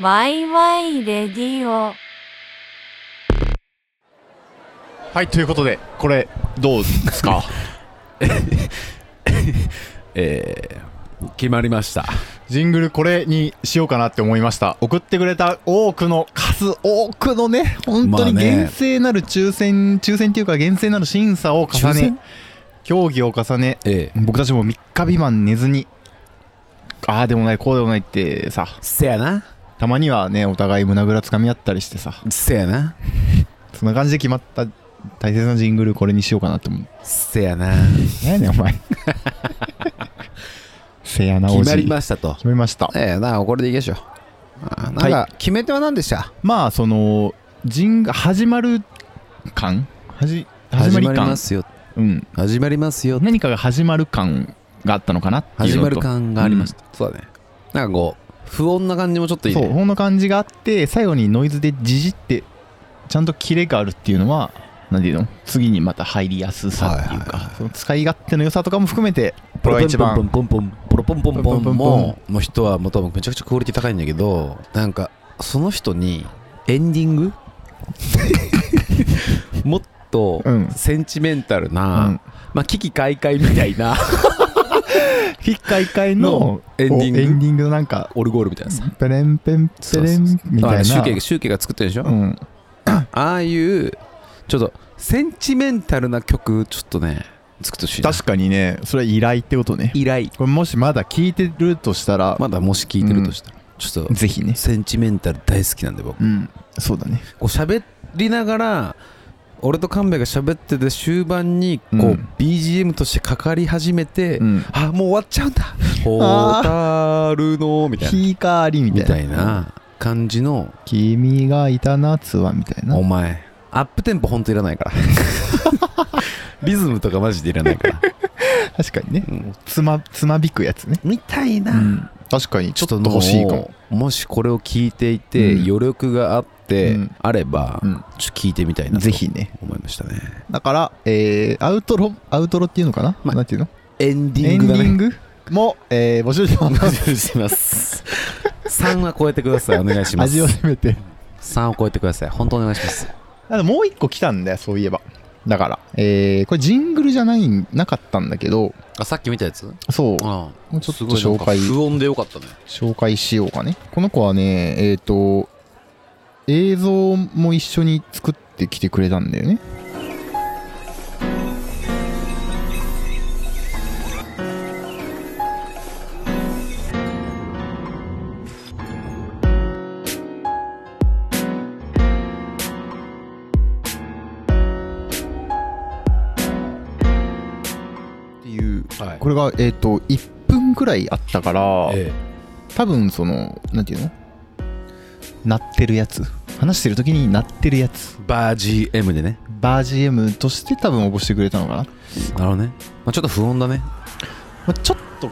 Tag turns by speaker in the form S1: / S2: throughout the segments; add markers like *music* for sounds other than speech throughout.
S1: ワイワイレディオ。
S2: はい、ということで、これ、どうですか
S3: えー決まりました
S2: *laughs* ジングルこれにしようかなって思いました。送ってくれた多くの数、多くのね、本当に
S3: まあね
S2: 厳正なる抽選、抽選っていうか厳正なる審査を重ね
S3: 抽選、
S2: 競技を重ね、
S3: ええ
S2: 僕たちも3日未満寝ずに、ああでもない、こうでもないってさ、
S3: せやな
S2: たまにはね、お互い胸ぐらつかみ合ったりしてさ、
S3: せやな
S2: そんな感じで決まった大切なジングルこれにしようかなって思う。
S3: せやな
S2: 何やねん、お *laughs* 前。せやな、おじ
S3: 決まりましたと
S2: 決まりました。
S3: ええなあこれでいいでしょあなんか、
S2: は
S3: 決め手は何でした
S2: まあその人が始まる感はじ始まり
S3: ま
S2: 感
S3: すよ
S2: うん、
S3: 始まりますよ
S2: 何かが始まる感があったのかなっていう
S3: 始
S2: の
S3: ま
S2: と
S3: る感がありました、そうだねなんかこう不穏な感じもちょっといい
S2: そう
S3: ね
S2: ほんの感じがあって最後にノイズでじじってちゃんとキレがあるっていうのは何ていうの次にまた入りやすさっていうか、
S3: はいはいはい
S2: その使い勝手の良さとかも含めてこれが一
S3: ポン
S2: 番
S3: ポンポンポンポンポンポンポンポン
S2: ポンポン
S3: もの人はもう多分めちゃくちゃクオリティ高いんだけどなんかその人にエンディ
S2: *laughs*
S3: ングもっと
S2: うん
S3: センチメンタルな、
S2: うん
S3: まあ危機開会みた
S2: *laughs*
S3: いな
S2: 一回一回の
S3: のエンディング
S2: おエンディングのなんか
S3: オルゴールみたいなさ
S2: ペレンペンペレンみたいな
S3: シュウケイシュウケイが作ってるでしょ、
S2: うん、
S3: ああいうちょっとセンチメンタルな曲ちょっとね作ってほしいな
S2: 確かにねそれは依頼ってことね
S3: 依頼
S2: これもしまだ聞いてるとしたら、
S3: まだもし聞いてるとしたら、ちょっと
S2: ぜひね
S3: センチメンタル大好きなんで僕こ
S2: うんそうだね
S3: う喋りながら俺と神戸が喋ってて終盤にこう、
S2: うん
S3: BGM としてかかり始めて、
S2: ん
S3: あもう終わっちゃうんだ「ホタルの」みたいな
S2: ヒーカーリみたい
S3: み
S2: な
S3: たいな感じの
S2: 君がいた夏はみたいな
S3: お前アップテンポほんといらないから *laughs* リズムとかマジでいらないから、
S2: 確かにね
S3: うん
S2: つまつまびくやつね、
S3: みたいな、
S2: うん、確かにちょっと
S3: もう
S2: 欲しいかも
S3: もしこれを聞いていて、
S2: うん
S3: 余力があって、
S2: うん
S3: あれば、
S2: うん
S3: ちょっと聞いてみたいなと
S2: ぜひね
S3: 思いましたね
S2: だから、えー、アウトロアウトロっていうのかな、
S3: まあ
S2: なんていうの
S3: エンデ
S2: エンディングも、えー、募集して
S3: お
S2: ま
S3: 願
S2: す
S3: いします3は *laughs* 超えてくださいお願いします
S2: 味を攻めて
S3: 3を超えてください本当お願いします
S2: あともう一個来たんだよそういえばだから、えー、これジングルじゃないなかったんだけど
S3: あさっき見たやつも
S2: そうもうちょっと紹介
S3: 不穏でよかったね
S2: 紹介しようかねこの子はねえっ、と映像も一緒に作ってきてくれたんだよねっていう
S3: はい
S2: これがえっ、と1分くらいあったから、
S3: え
S2: 多分そのなんていうの鳴ってるやつ話してる時に鳴ってるやつ
S3: えバー GM でね
S2: バー GM として多分応募してくれたのかな、ま
S3: なるほどね、まあ、ちょっと不穏だね
S2: あ、ちょっと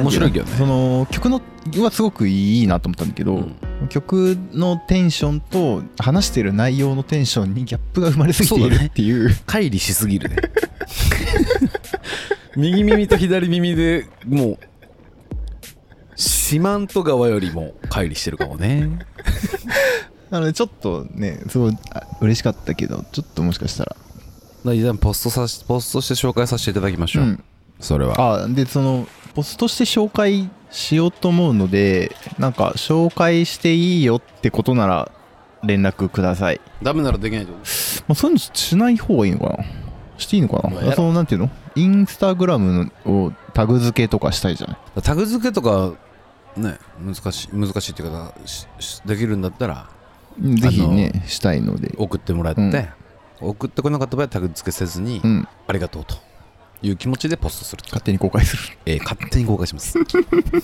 S3: 面白いけどね
S2: その曲のはすごくいいなと思ったんだけど、
S3: うん
S2: 曲のテンションと話してる内容のテンションにギャップが生まれすぎて
S3: そ
S2: いうる
S3: だね
S2: っていう *laughs*
S3: 乖離しすぎる *laughs* ね右耳と左耳でもう四万十川よりも乖離してるかもね
S2: なのでちょっとねすごいあ嬉しかったけどちょっともしかしたら、
S3: だからポストさしポストして紹介させていただきましょう、
S2: うん
S3: それは
S2: あでそのポストして紹介しようと思うのでなんか紹介していいよってことなら連絡ください
S3: ダメならできないと
S2: まあ、そういうのしない方がいいのかなしていいのか
S3: まあや
S2: な
S3: ら
S2: そのなんていうのインスタグラムをタグ付けとかしたいじゃない
S3: タグ付けとかね難しい難しいっていうかししできるんだったら
S2: うんぜひねしたいので
S3: 送ってもらって、送ってこなかった場合はタグ付けせずに、
S2: うん
S3: ありがとうという気持ちでポストすると、
S2: 勝手に公開する
S3: えー勝手に公開します
S2: *laughs*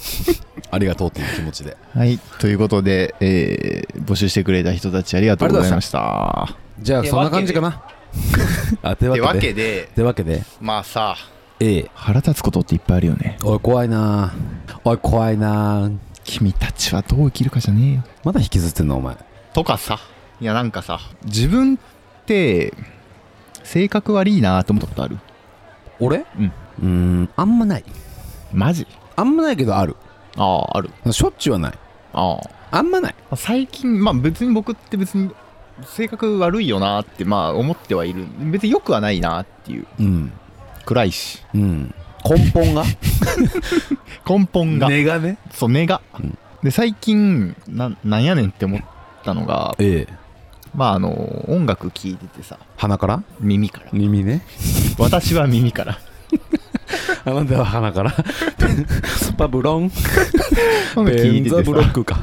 S3: ありがとうという気持ちで
S2: はいということで、えー募集してくれた人たちありがとうございました
S3: じゃあ
S2: て
S3: そんな感じかな *laughs* あてわけで
S2: で
S3: てわけで
S2: まあさ
S3: ええ
S2: 腹立つことっていっぱいあるよね
S3: おい怖いなおい怖いな
S2: 君たちはどう生きるかじゃねえよ
S3: まだ引きずってんのお前
S2: とかさいやなんかさ自分って性格悪いなと思ったことある
S3: 俺
S2: うん
S3: うーんあんまない
S2: マジ
S3: あんまないけどある
S2: ああある
S3: しょっちゅうはない
S2: ああ
S3: あんまない
S2: まあ最近、まあ別に僕って別に性格悪いよなってまあ思ってはいる。別に良くはないなっていう。
S3: うん
S2: 暗いし。
S3: うん根本が
S2: 根本が。
S3: がね
S2: そう、根が。
S3: うん
S2: で、最近な、なんやねんって思ったのが、
S3: ええ
S2: まああの、音楽聴いててさ、
S3: 鼻から
S2: 耳から。
S3: 耳ね
S2: 私は耳 *laughs* から。
S3: あなたは鼻から *laughs* パブロン
S2: 音楽聴
S3: ベ
S2: い
S3: ン
S2: て
S3: ザ
S2: て
S3: ブロ
S2: さ
S3: ックか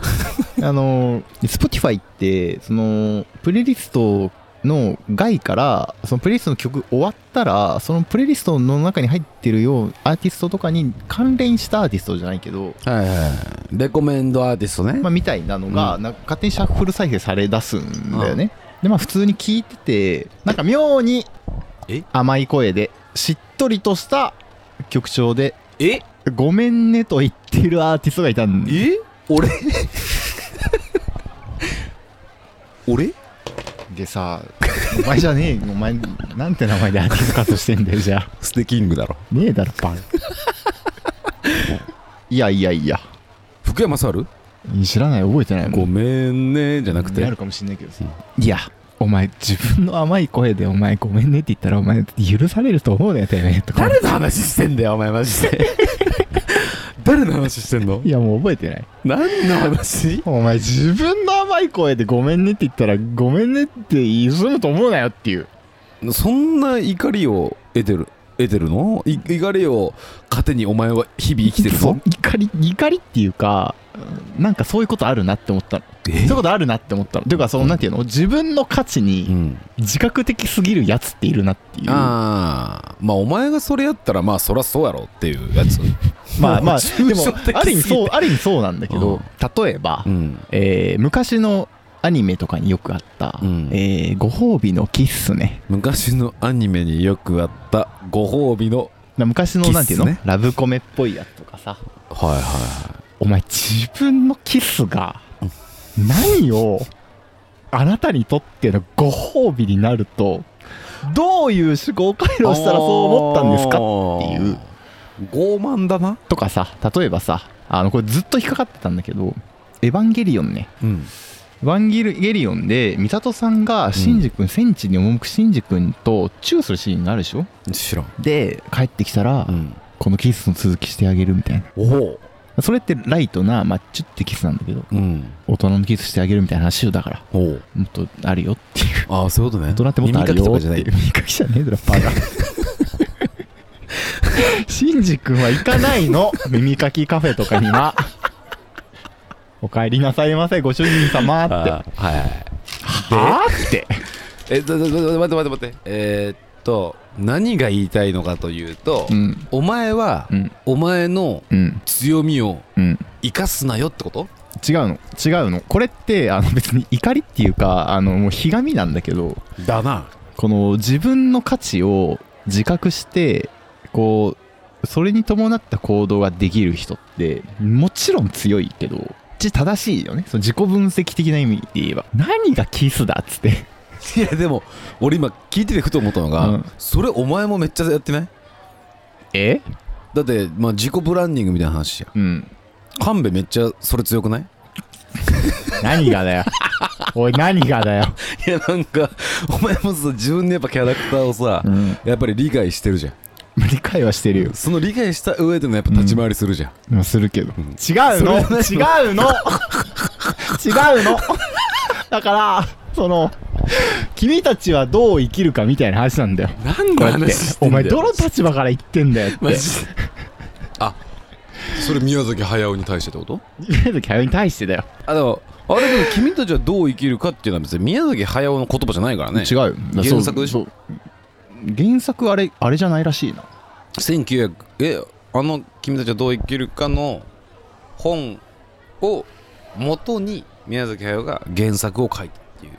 S2: あの、Spotify って、その、プレイリストの外から、そのプレイリストの曲終わったら、そのプレイリストの中に入ってるようアーティストとかに関連したアーティストじゃないけど、
S3: はいはいはいレコメンドアーティストね
S2: まあ、みたいなのが、
S3: う
S2: なんか勝手にシャッフル再生され出すんだよね。で、まあ、普通に聞いてて、なんか妙に
S3: え
S2: 甘い声で、しっとりとした曲調で、
S3: え
S2: ごめんねと言ってるアーティストがいたんだ
S3: え *laughs* 俺俺
S2: でさ、お前じゃねえよお前、なんて名前でアーティスト活動してんだよ、じゃあ。
S3: ステキングだろ
S2: ねえだろ、バカいやいやいや。
S3: 福山猿
S2: 知らない、覚えてないもん。
S3: ごめんねじゃなくて
S2: なるかもしんないけどさ。いや、お前、自分の甘い声で、お前、ごめんねって言ったら、お前、許されると思うねてめえとか。
S3: 誰の話してんだよお前マジで *laughs* 誰の話してんの
S2: いや、もう覚えてない。
S3: 何の話
S2: お前、自分の甘い声で、ごめんねって言ったら、ごめんねって許むと思うなよっていう。
S3: そんな怒りを得てる得てるのい怒りを糧にお前は日々生きてる
S2: そ
S3: の
S2: う怒り、怒りっていうか、うんなんかそういうことあるなって思ったの。そう
S3: え
S2: いうことあるなって思ったの。ていうか、その、なんていうの自分の価値
S3: う
S2: に
S3: ん、
S2: 自覚的すぎるやつっているなっていう。
S3: ああまあお前がそれやったらまあそらそうやろっていうやつ
S2: まあまあ、
S3: 抽
S2: でも
S3: 象的すぎて、
S2: ある意味そう、ある意味そうなんだけ
S3: う
S2: ど、例えば
S3: う、ん
S2: えー昔のアニメとかによくあった、
S3: うん
S2: えーご褒美のキッスね。
S3: 昔のアニメによくあったご褒美の
S2: な昔の、
S3: キッスね
S2: なんていうのラブコメっぽいやつとかさ、
S3: はいはいは
S2: お前自分のキスが、何を、あなたにとってのご褒美になると、どういう思考回路をしたらそう思ったんですか
S3: かっていう傲慢だな
S2: とかさ、例えばさ、あの、これずっと引っかかってたんだけど、エヴァンゲリオンね。
S3: うん
S2: ワンギルゲリオンで三里さんがシンジ君、戦地に赴くシンジ君とチューするシーンがあるでしょ
S3: 知らん、
S2: で帰ってきたら、
S3: ん、
S2: このキスの続きしてあげるみたいな
S3: おお
S2: それってライトな、まあ、チュッてキスなんだけど
S3: うん
S2: 大人のキスしてあげるみたいな話よだから
S3: おう
S2: もっとあるよっていう
S3: ああそういうことね
S2: 大人ってもっとあるよって
S3: 耳かきとかじゃない
S2: 耳かきじゃねえだろバカシンジ君は行かないの耳かきカフェとかにはお帰りなさいませご主人様って
S3: あーはいはい
S2: はあって
S3: えだだだだ待って待って待ってえーっと何が言いたいのかというと、
S2: うん
S3: お前は、
S2: うん
S3: お前の
S2: うん
S3: 強みを
S2: うん、
S3: 生かすなよってこと
S2: 違うの違うのこれってあの別に怒りっていうかあのもうひがみなんだけど
S3: だな
S2: この自分の価値を自覚してこうそれに伴った行動ができる人ってもちろん強いけどち正しいよねその自己分析的な意味で言えば何がキスだっつって
S3: いやでも俺今聞いててふと思ったのが、
S2: うん
S3: それお前もめっちゃやってない
S2: *laughs* え
S3: だって、まあ、自己ブランディングみたいな話や
S2: うん
S3: 神戸めっちゃそれ強くない
S2: 何がだよおい何がだよ、
S3: いやなんかお前もさ自分のやっぱキャラクターをさ、
S2: うん、
S3: やっぱり理解してるじゃん
S2: 理解はしてるよ
S3: その理解した上でのやっぱ立ち回りするじゃん、
S2: まあするけど、
S3: うん
S2: 違うの
S3: それ
S2: 違う *laughs* の違うのだからその君たちはどう生きるかみたいな話なんだよ
S3: 何
S2: こ
S3: の
S2: うやって
S3: 話して
S2: お
S3: んだ
S2: 前
S3: よ
S2: どの立場から言ってんだよって
S3: マジであそれ宮崎駿に対してってこと
S2: 宮崎駿に対してだよ、
S3: あでもあれでも君たちはどう生きるかっていうのは別に宮崎駿の言葉じゃないからね
S2: 違うよ
S3: 原作でし
S2: ょ原作あれあれじゃないらしいな
S3: 1900えあの君たちはどう生きるかの本を元に宮崎駿が原作を書いたっていう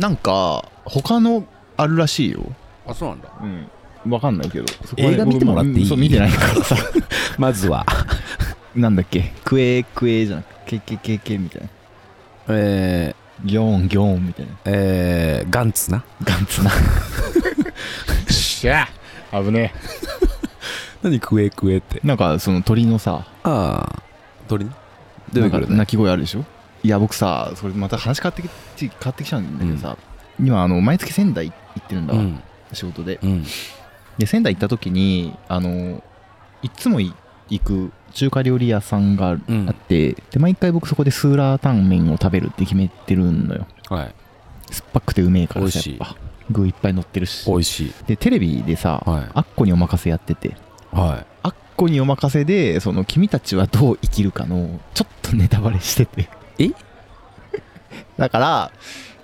S2: なんか他のあるらしいよ
S3: あそうなんだ
S2: うんわかんないけどそこ
S3: 映画見てもらっていい
S2: 僕そう見てないからさ *laughs*
S3: まず *laughs* は
S2: なんだっけクエクエじゃなくてケケケケみたいな
S3: え
S2: ギョーンギョーンみたいな
S3: ー、えー、ガンツな
S2: ガンツ *laughs* な。しゃあ危ね
S3: 何クエクエって
S2: え。なんか、その鳥のさ、
S3: ああ鳥ね
S2: なんか鳴き声あるでしょいや僕さそれまた話変わってき変わってきちゃうんだけどさ、今あの毎月仙台行ってるんだ
S3: う
S2: わ、
S3: ん
S2: 仕事で
S3: うん
S2: で仙台行った時にあのいつもい行く中華料理屋さんがある
S3: うん
S2: あって、で毎回僕そこでスーラータンメンを食べるって決めてるんだよ
S3: はい
S2: 酸っぱくてうめえからさ
S3: 美味し
S2: やっ
S3: い
S2: ぱ具いっぱい乗ってるし
S3: 美味しい
S2: でテレビでさ、
S3: はい
S2: あっこにお任せやってて
S3: は
S2: あっこにお任せでその君たちはどう生きるかのちょっとネタバレしてて
S3: え
S2: だから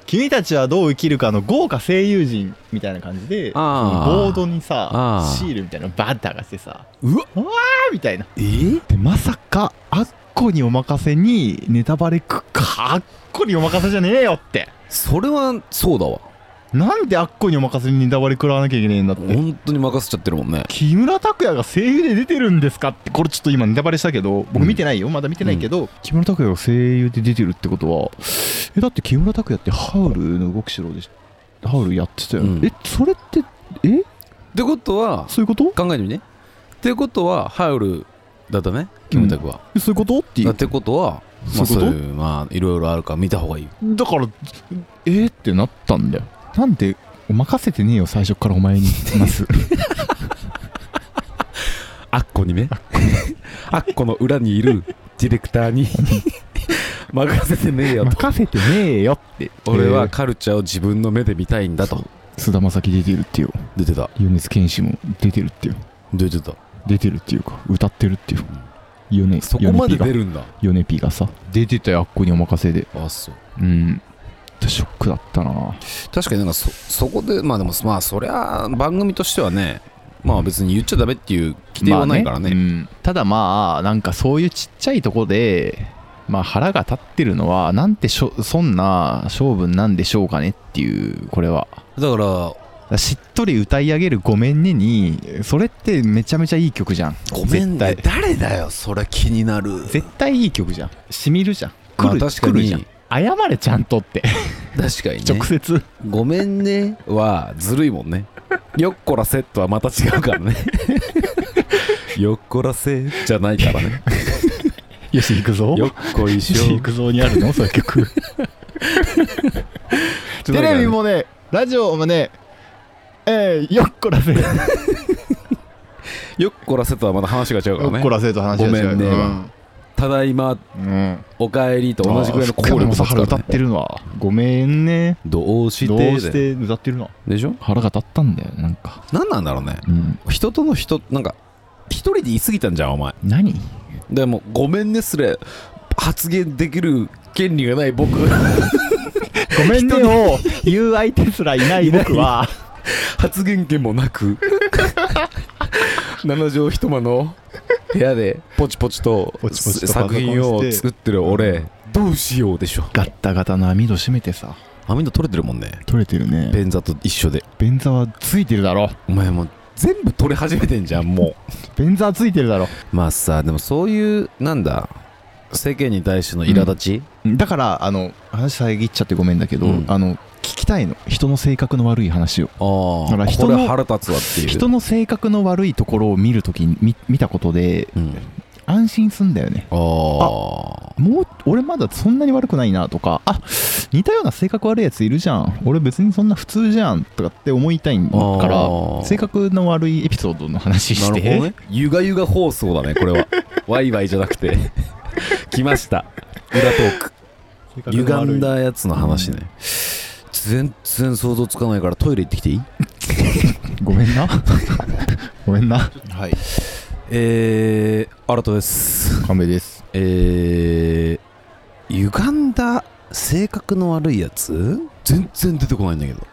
S2: 君たちはどう生きるかの豪華声優陣みたいな感じで
S3: あー
S2: そのボードにさ
S3: あー
S2: シールみたいなのバッて剥がしてさ
S3: うわ
S2: うわーみたいない
S3: え
S2: でまさかあっこにお任せにネタバレくかあっこにお任せじゃねえよって
S3: それはそうだわ
S2: なんであっこにお任せにネタバレ食らわなきゃいけねえんだって
S3: 本当に任せちゃってるもんね
S2: 木村拓哉が声優で出てるんですかってこれちょっと今ネタバレしたけど僕見てないよ、まだ見てないけど、木村拓哉が声優で出てるってことはえだって木村拓哉ってハウルの動きしろでしハウルやってたよね、
S3: うん
S2: えそれってえ
S3: ってことは
S2: そういうこと
S3: 考えてみねってことはハウルだったねキムタクは、
S2: えそういうことってい
S3: だ
S2: う
S3: ってことはま
S2: そ
S3: あそうう
S2: いうこと
S3: いうまあいろいろあるから見た方がいい
S2: だからえー、ってなったんだよなんで任せてねえよ最初からお前にます *laughs*
S3: あっこにねあっこの裏にいるディレクターに *laughs* 任せてね *laughs* えよと
S2: 任せてねえよって
S3: 俺はカルチャーを自分の目で見たいんだと
S2: 菅田将暉出てるってよ
S3: 出てた
S2: 米津玄師も出てるってよ
S3: 出てた
S2: 出てるっていうか歌ってるっていう米
S3: そこまで出
S2: る
S3: るんだ
S2: 米ピがさ出てたよあっこにお任せで
S3: あそう
S2: うんショックだったな
S3: 確かになんかそそこでまあでもまあそりゃ番組としてはねまあ別に言っちゃダメっていう規定はないからね,、
S2: まあうんただまあなんかそういうちっちゃいとこでまあ腹が立ってるのはなんてしょそんな勝負なんでしょうかねっていうこれは
S3: だから
S2: しっとり歌い上げる「ごめんね」にそれってめちゃめちゃいい曲じゃん
S3: ごめんね
S2: 絶対
S3: 誰だよそれ気になる
S2: 絶対いい曲じゃんしみるじゃん
S3: ま
S2: 来
S3: あ
S2: る,、
S3: 確か
S2: 来
S3: に
S2: るじゃん謝れちゃんとって
S3: 確かにね
S2: *laughs* 直接
S3: ごめんねはずるいも
S2: *laughs*
S3: んねよっこらせとはまた違うからねよっこらせじゃないか
S2: *laughs*
S3: らね
S2: よし行くぞ
S3: よっこいしょ
S2: くぞにあるのそういう曲 *laughs* テレビもねラジオもねえー、よっこらせよ
S3: よっこらせとはまた話が違うから
S2: っ
S3: ね
S2: こらせと話が違う
S3: ごめんねただいま
S2: うん、うん、
S3: おかえりと同じぐらいの効力を
S2: も
S3: 持つ
S2: さ
S3: からね
S2: 腹歌ってるのはごめんね
S3: どうして
S2: どう
S3: だよ
S2: して歌ってるの
S3: でしょ
S2: 腹が立ったんだよなんか
S3: 何なんだろうね
S2: うん
S3: 人との人なんか一人で言い過ぎたんじゃんお前
S2: 何
S3: でもごめんねすれ発言できる権利がない僕 *laughs*
S2: ごめんねを言う相手すらいない僕は
S3: 発言権もなく *laughs* 7畳一間の部屋でポチポチと
S2: ポチポチとパソコン
S3: 作品を
S2: して
S3: 作ってる俺どうしようでしょ
S2: ガッタガタの網戸閉めてさ
S3: 網戸取れてるもんね
S2: 取れてるね
S3: 便座と一緒で
S2: 便座はついてるだろ
S3: お前もう全部取れ始めてんじゃんも
S2: 便座はついてるだろ
S3: うまあさでもそういうなんだ世間に対しての苛立ち、
S2: だからあの話遮っちゃってごめんだけど、
S3: うん
S2: あの聞きたいの人の性格の悪い話を
S3: ああ
S2: だから人
S3: こ
S2: の
S3: れ腹立つわっていう
S2: 人の性格の悪いところを見るときに見見たことで
S3: うん、
S2: 安心すんだよね
S3: ああ
S2: もう俺まだそんなに悪くないなとかあ似たような性格悪いやついるじゃん俺別にそんな普通じゃんとかって思いたいんだか
S3: あ
S2: ら
S3: ー
S2: 性格の悪いエピソードの話して
S3: なるほどねゆがゆが放送だねこれ *laughs* はワイワイじゃなくて来ました裏トー *laughs* ク
S2: 性格の悪い
S3: 歪んだやつの話ね全然想像つかないからトイレ行ってきていい
S2: ごめんな *laughs* ごめんなはい
S3: えー、新田です
S2: 神戸です
S3: えー、歪んだ性格の悪いやつ全然出てこないんだけど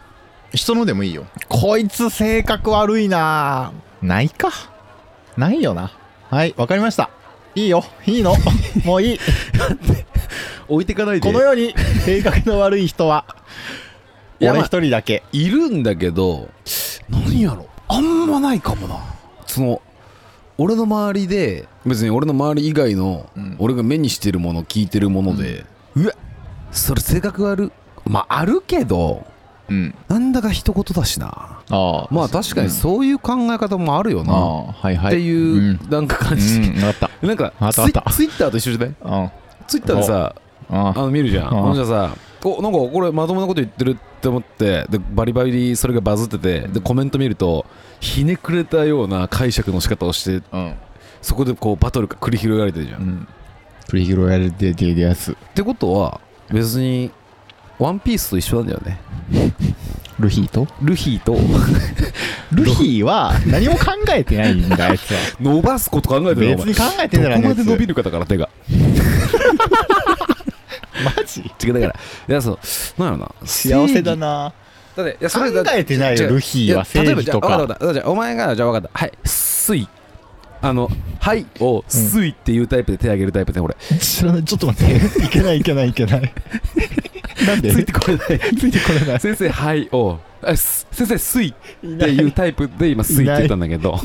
S2: 人のでもいいよこいつ性格悪いなないかないよなはいわかりましたいいよい *laughs* いのもういい
S3: 置いてかないで
S2: この世に性格の悪い人は
S3: いや
S2: 俺一人だけ
S3: いるんだけど何やろあんまないかもなその俺の周りで別に俺の周り以外の、
S2: うん
S3: 俺が目にしてるもの聞いてるもので、うわそれ性格悪まああるけど
S2: うん
S3: なんだか一言だしな
S2: あ
S3: まあ確かにそういう考え方もあるよな、
S2: ああはいはい
S3: っていう、なんか感じ、
S2: 分かった
S3: なんか
S2: あったあった
S3: ツイツイッターと一緒じゃない
S2: うん
S3: ツイッターでさ
S2: あ
S3: あの見るじゃん
S2: ああ
S3: ほんじゃさおなんかこれまともなこと言ってるって思ってでバリバリそれがバズっててでコメント見るとひねくれたような解釈の仕方をして
S2: うん、
S3: そこでこうバトルが繰り広げられてるじゃん、
S2: う
S3: っ
S2: ん、繰り広げられてるやつ
S3: てことは別にワンピースと一緒なんだよね
S2: ルフィと
S3: ルフィと *laughs*
S2: ルフィは何も考えてないんだあいつは
S3: 伸ばすこと考え
S2: 別
S3: てる
S2: に考えて
S3: ど
S2: ない
S3: こまで伸び
S2: る
S3: るかだから手が
S2: *laughs* マジ
S3: *laughs* 違うだからいやそうなんやろな
S2: *laughs* 幸せだな
S3: だっていやそ
S2: 考
S3: れだって
S2: えてない
S3: 違
S2: よ
S3: う
S2: ルフィはい
S3: や
S2: 正義と
S3: 例えばじゃあわ
S2: か
S3: ったわかったじゃあお前がじゃあ分かったはい「すい」あの「はい」を「すい」っていうタイプで手上げるタイプで俺
S2: 知らないちょっと待っていけないいけないいけない
S3: *laughs*
S2: なんで
S3: ついてこれない
S2: ついてこれない
S3: 先生「はい」をあす先生「すい」っ
S2: い
S3: ていう
S2: い
S3: タイプで今「すい」って言ったんだ
S2: *laughs*
S3: けど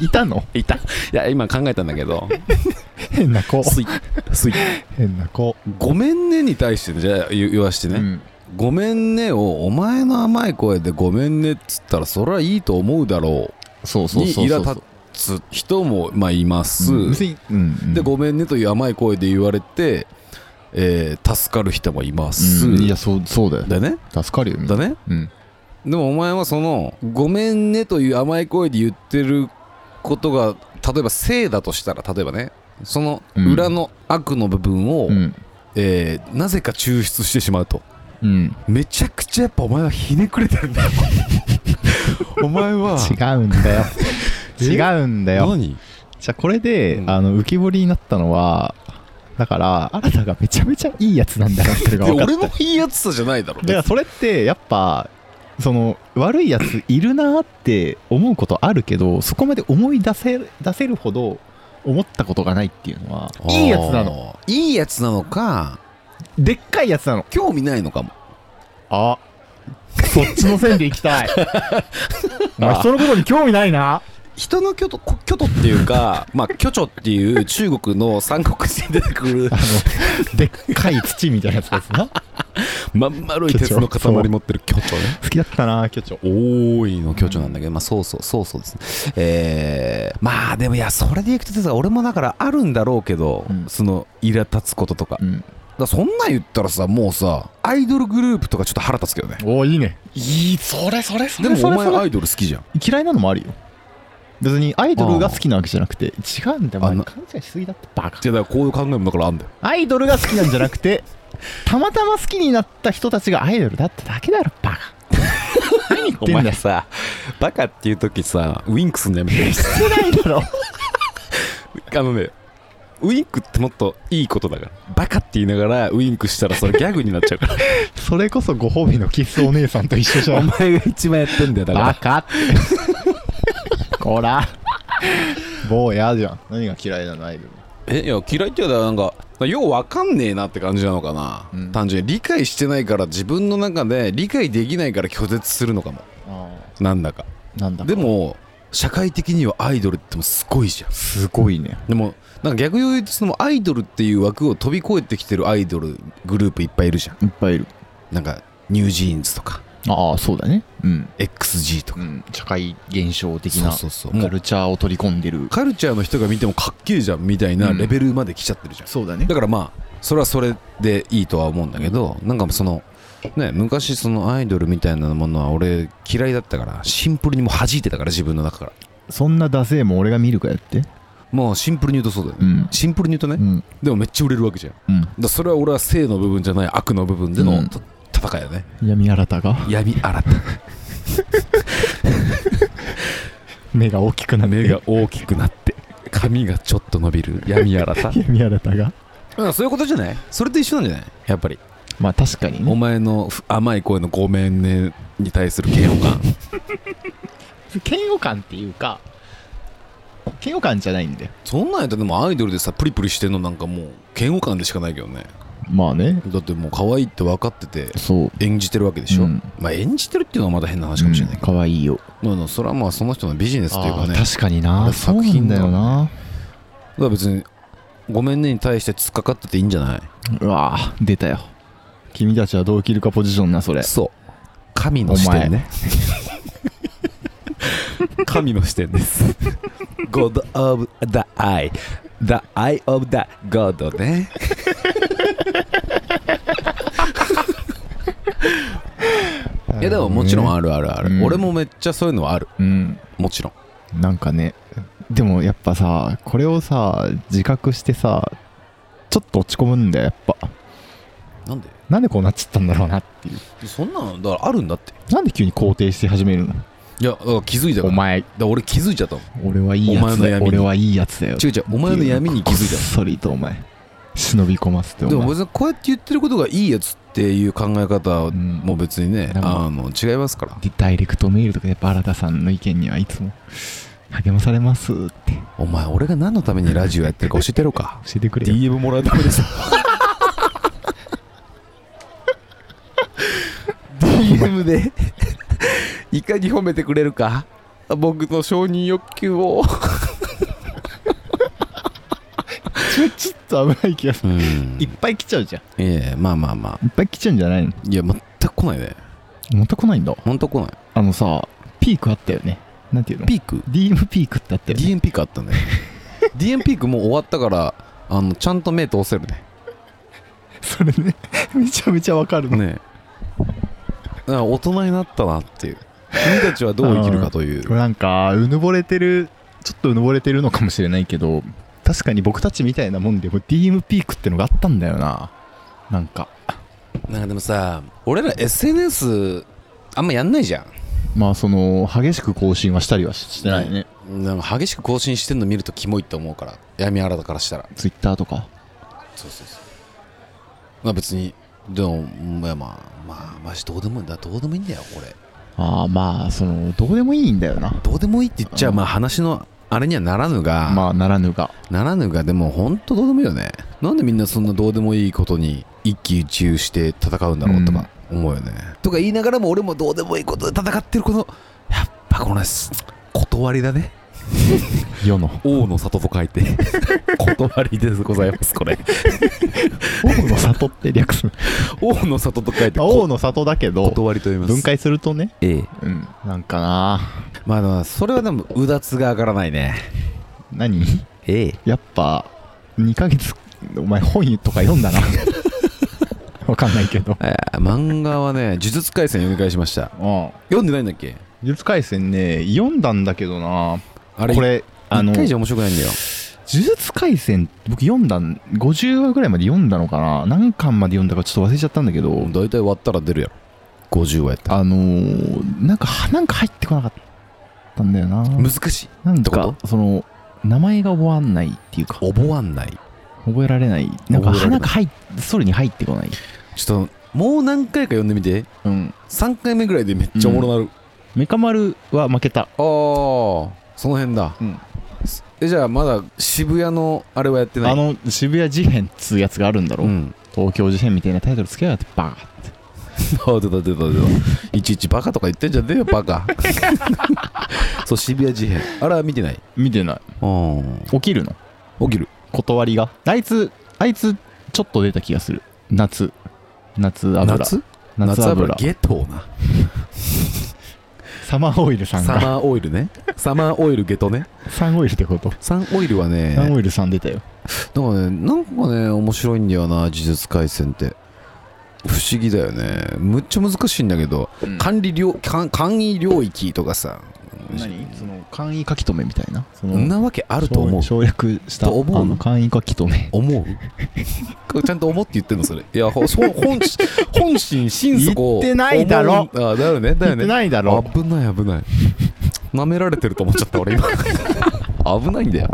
S2: いたの
S3: いたいや今考えたんだけど
S2: 変な
S3: 「
S2: 子
S3: すい」「すい」
S2: 変な子
S3: 「ごめんね」に対してねじゃあ言言わしてね、
S2: うん
S3: ごめんね」をお前の甘い声で「ごめんね」っつったらそれはいいと思うだろ
S2: そう
S3: う
S2: そう
S3: に
S2: そう
S3: イ
S2: そ
S3: ラ
S2: う
S3: 立つ人もまあいます、
S2: うん別にうん
S3: で「ごめんね」という甘い声で言われて、えー助かる人もいます、
S2: うんいやそうそうだよ
S3: だね
S2: 助かるよみんな
S3: だね
S2: うん
S3: でもお前はその「ごめんね」という甘い声で言ってることが例えば正だとしたら例えばねその
S2: うん
S3: 裏の悪の部分を、
S2: うん
S3: えーなぜか抽出してしまうと
S2: うん
S3: めちゃくちゃやっぱお前はひねくれてるん
S2: *laughs*
S3: だよお前は
S2: 違うんだ
S3: *laughs*
S2: よ違うんだよ
S3: 何
S2: じゃあこれで、
S3: うん
S2: あの浮き彫りになったのはだから新たがめちゃめちゃいいやつなんだなっていうの
S3: *laughs* いや
S2: が分かった
S3: 俺のいいやつさじゃないだろ
S2: だからそれってやっぱその悪いやついるなーって思うことあるけどそこまで思い出せる出せるほど思ったことがないっていうのはいいやつなの
S3: のいいやつなのか
S2: でっかいやつなの
S3: 興味ないのかも
S2: あそっちの線でいき *laughs* たいお前人のことに興味ないな
S3: 人の巨都こ巨都っていうか *laughs* まあ巨著っていう中国の三国志に出てくる
S2: あのでっかい土みたいなやつですな
S3: まん丸い鉄の塊持ってる巨著ね
S2: 好きだったな巨長
S3: 多いの巨著なんだけど、まあそうそうそうそうですねえー、まあでもいやそれでいくとさ俺もだからあるんだろうけど、
S2: うん
S3: そのイラ立つこととかだか
S2: うん
S3: らそんなん言ったらさもうさアイドルグループとかちょっと腹立つけどね
S2: おいいねいいそれそれそ
S3: でもお前アイドル好きじゃん
S2: 嫌いなのもあるよ別にアイドルが好きなわけじゃなくて違うんだよお
S3: あ
S2: 前
S3: の
S2: 勘違いしすぎだってバカ
S3: いやだからこういう考えもだからあんだよ
S2: アイドルが好きなんじゃなくてたまたま好きになった人たちがアイドルだっただけだろバカ何言ってんだよ
S3: さバカっていう時さウィンクすんのやめて
S2: *laughs* してないだろ
S3: あのね、ウインクってもっといいことだから。バカって言いながらウインクしたらそれギャグになっちゃうから。
S2: それこそご褒美のキスお姉さんと一緒じゃ
S3: お
S2: ん
S3: *laughs* 前が一番やってんだよ、だか
S2: バ
S3: ら。
S2: カってこら坊やじゃん何が嫌いなのアイドル
S3: え、いや、嫌いっていうのはなんか、ようわかんねえなって感じなのかな。
S2: うん
S3: 単純に理解してないから自分の中で理解できないから拒絶するのかも。
S2: あ
S3: なんだか。
S2: あなんだか
S3: でも、社会的にはアイドルってもすごいじゃん。
S2: すごいね
S3: でも、なんか逆に言うと、そのアイドルっていう枠を飛び越えてきてるアイドルグループいっぱいいるじゃん。
S2: いっぱいいる
S3: なんか、ニュージーンズとか、
S2: ああそうだねうん
S3: XG とか。
S2: うん、社会現象的
S3: そう
S2: な
S3: そうそう。も
S2: カ
S3: う
S2: ルチャーを取り込んでる
S3: カルチャーの人が見てもかっけえじゃんみたいなレベルまで来ちゃってるじゃん、
S2: そうだね
S3: だからまあそれはそれでいいとは思うんだけどなんかそのね昔そのアイドルみたいなものは俺嫌いだったからシンプルにもう弾いてたから自分の中から
S2: そんなダセえもん俺が見るかやって
S3: もうシンプルに言うとそうだよ
S2: う
S3: ね、
S2: ん
S3: シンプルに言うと
S2: う
S3: ね、
S2: ん
S3: でもめっちゃ売れるわけじゃんだか
S2: うん
S3: らそれは俺は性の部分じゃない悪の部分での、
S2: うん
S3: と戦いだね
S2: 闇新たが
S3: 闇新た
S2: 目が大きくなって
S3: 目が大きくなって髪がちょっと伸びる闇新た
S2: 闇新たが
S3: *laughs* うんそういうことじゃないそれと一緒なんじゃないやっぱり
S2: まあ確かにね
S3: お前のふ甘い声の「ごめんね」に対する嫌悪感
S2: 嫌悪感っていうか嫌悪感じゃないんだよ
S3: *laughs* そんなんやったらでもアイドルでさプリプリしてんのなんかもう嫌悪感でしかないけどね
S2: まあね
S3: だってもう可愛いって分かってて
S2: そう
S3: 演じてるわけでしょ、
S2: うん
S3: まあ演じてるっていうのはまだ変な話かもしれないけど、
S2: 可愛いよ
S3: まあまあそれはまあその人のビジネスというかね
S2: あー確かに
S3: あ
S2: な
S3: れ
S2: そうな
S3: 作
S2: ん
S3: 品
S2: だ
S3: だ
S2: よな
S3: だから別に「ごめんね」に対して突っかかってていいんじゃないう
S2: わー出たよ君たちはどう切るかポジションなそれ
S3: そう神の視点ね *laughs* 神の視点です God of the eye The eye of the God ね *laughs* いやでももちろん
S2: る
S3: あるあるある、
S2: うん
S3: 俺もめっちゃそういうのはある
S2: ほどねうん
S3: もちろん
S2: なんかねでもやっぱさこれをさ自覚してさちょっと落ち込むんだよやっぱ
S3: なんで
S2: なんでこうなっちゃったんだろうなっていう
S3: そんなのだからあるんだって
S2: なんで急に肯定して始めるの
S3: いやだから気づいたか
S2: お
S3: らだか
S2: 前
S3: ら俺気づいちゃったもん
S2: 俺はいいやつ
S3: お前の
S2: だよ
S3: 闇に
S2: 俺はいいやつだよ
S3: 違う違うお前の闇に気づいた
S2: こっそりとお前忍び込ませてお
S3: で
S2: 前
S3: も別にこうやって言ってることがいいやつっていう考え方も別にね、
S2: うん
S3: あの違いますから
S2: でダイレクトメールとかでバラダさんの意見にはいつも励まされますって教
S3: お前俺が何のためにラジオやってるか教えてやろう *laughs* か
S2: えてくれよ
S3: DM もらうためです DM でいかに褒めてくれるか僕の承認欲求を
S2: ちょちょっと危ない気がする
S3: うん
S2: い
S3: い
S2: っぱい来ちゃうじゃん
S3: えまあまあま
S2: いっぱい来ちゃうんじゃないの
S3: あいや全く来ないね
S2: また来ないんだ
S3: 本当来ない
S2: あのさピークあったよねなんていうの
S3: ピーク
S2: DM ピークってあったよね
S3: DM ピークあった *laughs* ね DM ピークもう終わったからあのちゃんと目通せるね
S2: それね *laughs* めちゃめちゃわかるの
S3: ねえ大人になったなっていう君たちはどう生きるかと *laughs* いう
S2: なんかうぬぼれてるちょっとうぬぼれてるのかもしれないけど確かに僕たちみたいなもんでも DM ピークってのがあったんだよななんか
S3: なんかでもさ俺ら SNS あんまやんないじゃ
S2: まあその激しく更新はしたりはしてないね、
S3: んなんか激しく更新してんの見るとキモいって思うから闇新たからしたら
S2: ツイッターとか
S3: そうそうそうまあ別にでもまあまあまあましどうでもいいんだどうでもいいんだよこれ
S2: ああまあそのどうでもいいんだよな
S3: どうでもいいって言っちゃまあ話のあれにはならぬが、
S2: まあならぬが
S3: ならぬがでも本当どうでもいいよねなんでみんなそんなどうでもいいことに一喜一憂して戦うんだろうとか思うよね、とか言いながらも俺もどうでもいいことで戦ってるこのやっぱこのす断りだね
S2: 世の
S3: 王の里と書いて *laughs* 断りでございますこれ
S2: 王の里って略 *laughs* す
S3: 王の里と書いて
S2: あ王の里だけど
S3: 断りと言います
S2: 分解するとね
S3: ええ
S2: うんなんかな
S3: まあでもそれはでもうだつが上がらないね
S2: 何
S3: ええ
S2: やっぱ2ヶ月お前本とか読んだな *laughs* わかんないけど
S3: 漫画はね呪術廻戦読み返しました
S2: うん
S3: 読んでないんだっけ
S2: 呪術廻戦ね読んだんだけどな
S3: あれ
S2: これあの
S3: 一回じゃ
S2: 呪
S3: 面白くないんだよ
S2: 術廻戦僕読んだん50話ぐらいまで読んだのかな何巻まで読んだかちょっと忘れちゃったんだけど
S3: 大体割ったら出るやろ50はやった
S2: あのーなんかなんか入ってこなかったんだよな
S3: 難しい
S2: なん
S3: って
S2: かその名前が覚わんないっていうか
S3: 覚わんない
S2: 覚えられないなんか
S3: 覚えられな
S2: 鼻
S3: い
S2: が入っそれに入ってこない
S3: ちょっともう何回か読んでみて
S2: うん
S3: 3回目ぐらいでめっちゃおもろなる、
S2: メカ丸は負けた
S3: ああその辺だ
S2: うん
S3: えじゃあまだ渋谷のあれはやってない
S2: あの渋谷事変っつうやつがあるんだろ、
S3: うん
S2: 東京事変みたいなタイトルつけやがってバーって
S3: あ出た出た出たいちいちバカとか言ってんじゃねえよバカ *laughs* そう渋谷事変あれは見てない
S2: 見てない
S3: うん
S2: 起きるの
S3: 起きる
S2: 断りがあいつあいつちょっと出た気がする夏夏油
S3: 夏
S2: 夏油
S3: ゲトな
S2: サマーオイルさん
S3: サ
S2: が
S3: マーオイルねサマーオイルゲトね
S2: サンオイルってこと
S3: サンオイルはね
S2: サンオイルさん出たよ
S3: なんかね、なんかね、面白いんだよな、呪術廻戦って。不思議だよね。むっちゃ難しいんだけど、
S2: うん
S3: 管理領管簡易領域とかさ、
S2: 何その簡易書き留めみたいなそ
S3: そんなわけあると思う。
S2: 省略した
S3: と思う
S2: あの簡易書き留め
S3: 思うこれちゃんと思って言ってんのそれいやほ *laughs* そう本心本心心底
S2: 言ってないだろ
S3: 思うあだよねだ
S2: 言
S3: よ
S2: って
S3: ね
S2: ないだろ
S3: 危ない危ない舐められてると思っちゃっ
S2: *laughs*
S3: た俺今危ないんだよ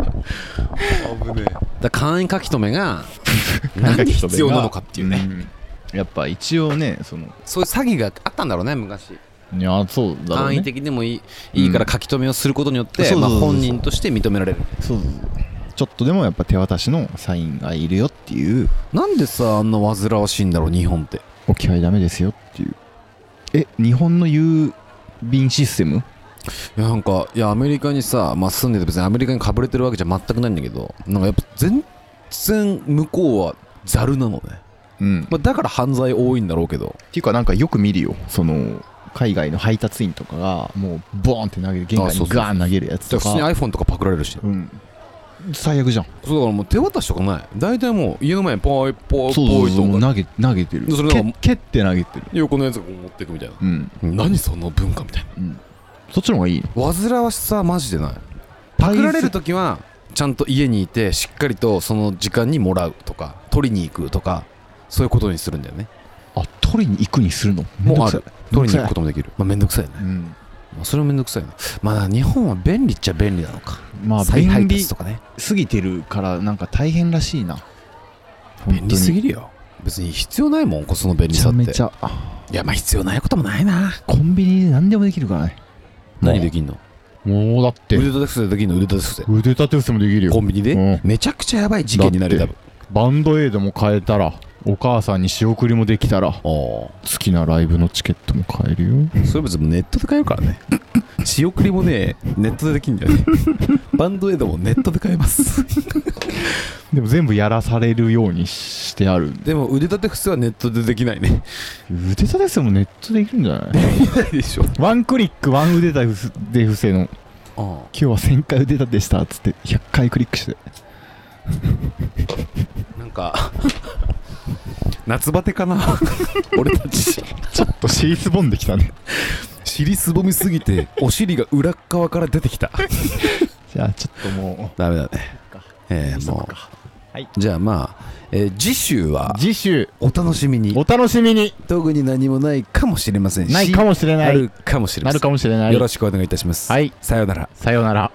S3: 危ねえだ簡易書き留めが
S2: *laughs* 簡易
S3: 何
S2: 書
S3: に
S2: き留めが
S3: 必要なのかっていうね、
S2: んやっぱ一応ねその
S3: そういう詐欺があったんだろうね昔
S2: いやそうだろう
S3: 簡易
S2: ね
S3: 的でもいいいいから書き留めをすることによって、
S2: うん
S3: まあ、
S2: そうそうそうそう
S3: 本人として認められる
S2: そうそうそうちょっとでもやっぱ手渡しのサインがいるよっていう
S3: なんでさあんな煩わしいんだろう日本って
S2: 置き配ダメですよっていうえ日本の郵便システム
S3: いやなんかいやアメリカにさ、まあ、住んでて別にアメリカにかぶれてるわけじゃ全くないんだけどなんかやっぱ全然向こうはざるなのね、
S2: うん
S3: まあ、だから犯罪多いんだろうけど
S2: っていうかなんかよく見るよその海外の配達員とかがもうボーンって投げる玄
S3: あ
S2: 関
S3: そうそう
S2: に
S3: そう
S2: ガーン投げるやつ
S3: 普
S2: と
S3: 通に
S2: か
S3: iPhone とかパクられるし
S2: うん最悪じゃん
S3: そうだからもう手渡しとかない大体もう家の前にポイポイ
S2: そう
S3: ポ
S2: そう
S3: イ
S2: そうも
S3: と
S2: う
S3: か
S2: 投げ投げてる
S3: でそれなんか
S2: 蹴蹴って投げてる
S3: 横のやつがこう持ってくみたいな
S2: うん、
S3: 何その文化みたいな
S2: うん、そっちの方がいいの
S3: 煩わしさはマジでないパクられる時はちゃんと家にいてしっかりとその時間にもらうとか取りに行くとかそういうことにするんだよね
S2: あ取りに行くにするのめん
S3: も
S2: ど
S3: うあ
S2: くさい
S3: る取りに行くこともできるまあ面倒くさいよね、
S2: うん
S3: まあ、それも面倒くさいなまあ日本は便利っちゃ便利なのか、
S2: まあ
S3: 再配
S2: 便利
S3: 達とかね
S2: すぎてるからなんか大変らしいな
S3: 便利す
S2: ぎ
S3: ぎるよ別に必要ないもんこその便
S2: め
S3: 利
S2: ち
S3: さ
S2: ゃ
S3: って
S2: めちゃ
S3: いやまあ必要ないこともないな
S2: コンビニで何でもできるからね
S3: 何できんの
S2: もうだっ
S3: 腕
S2: て
S3: 立て伏せできんの腕立て伏
S2: 腕
S3: せ
S2: 立て伏せもできる
S3: コンビニで、
S2: うん
S3: めちゃくちゃやばい事件になるよ
S2: だ
S3: 多
S2: っ
S3: 分
S2: バンドエイドも買えたらお母さんに仕送りもできたら
S3: あ
S2: 好きなライブのチケットも買えるよ
S3: あそれ別にネットで買えるから *laughs* ね仕送りもねネットでできんだよねバンドエイドもネットで買えます *laughs*
S2: でも全部やらされるようにしてある
S3: でも腕立て伏せはネットでできないね
S2: 腕立て伏せもネットできるんじゃない
S3: ないでしょ
S2: *laughs* ワンクリックワン腕立て伏せの
S3: あ
S2: 今日は1000回腕立てしたっつって100回クリックして
S3: あなんか夏バテかな *laughs* 俺たち
S2: ちょっとシースボンできたね
S3: 尻すぼみすぎてお尻が裏っ側から出てきた
S2: *laughs* じゃあちょっとも
S3: ダメだねえー、もう
S2: はい
S3: じゃあまあ、えー次週は
S2: う次週
S3: お楽しみに
S2: お楽しみに
S3: 特に何もないかもしれませんし
S2: ないかもしれな
S3: あ
S2: い
S3: るかもしれ
S2: な
S3: ませ
S2: る
S3: ん
S2: かもしれない
S3: よろしくお願いいたします
S2: はい
S3: さようなら
S2: さようなら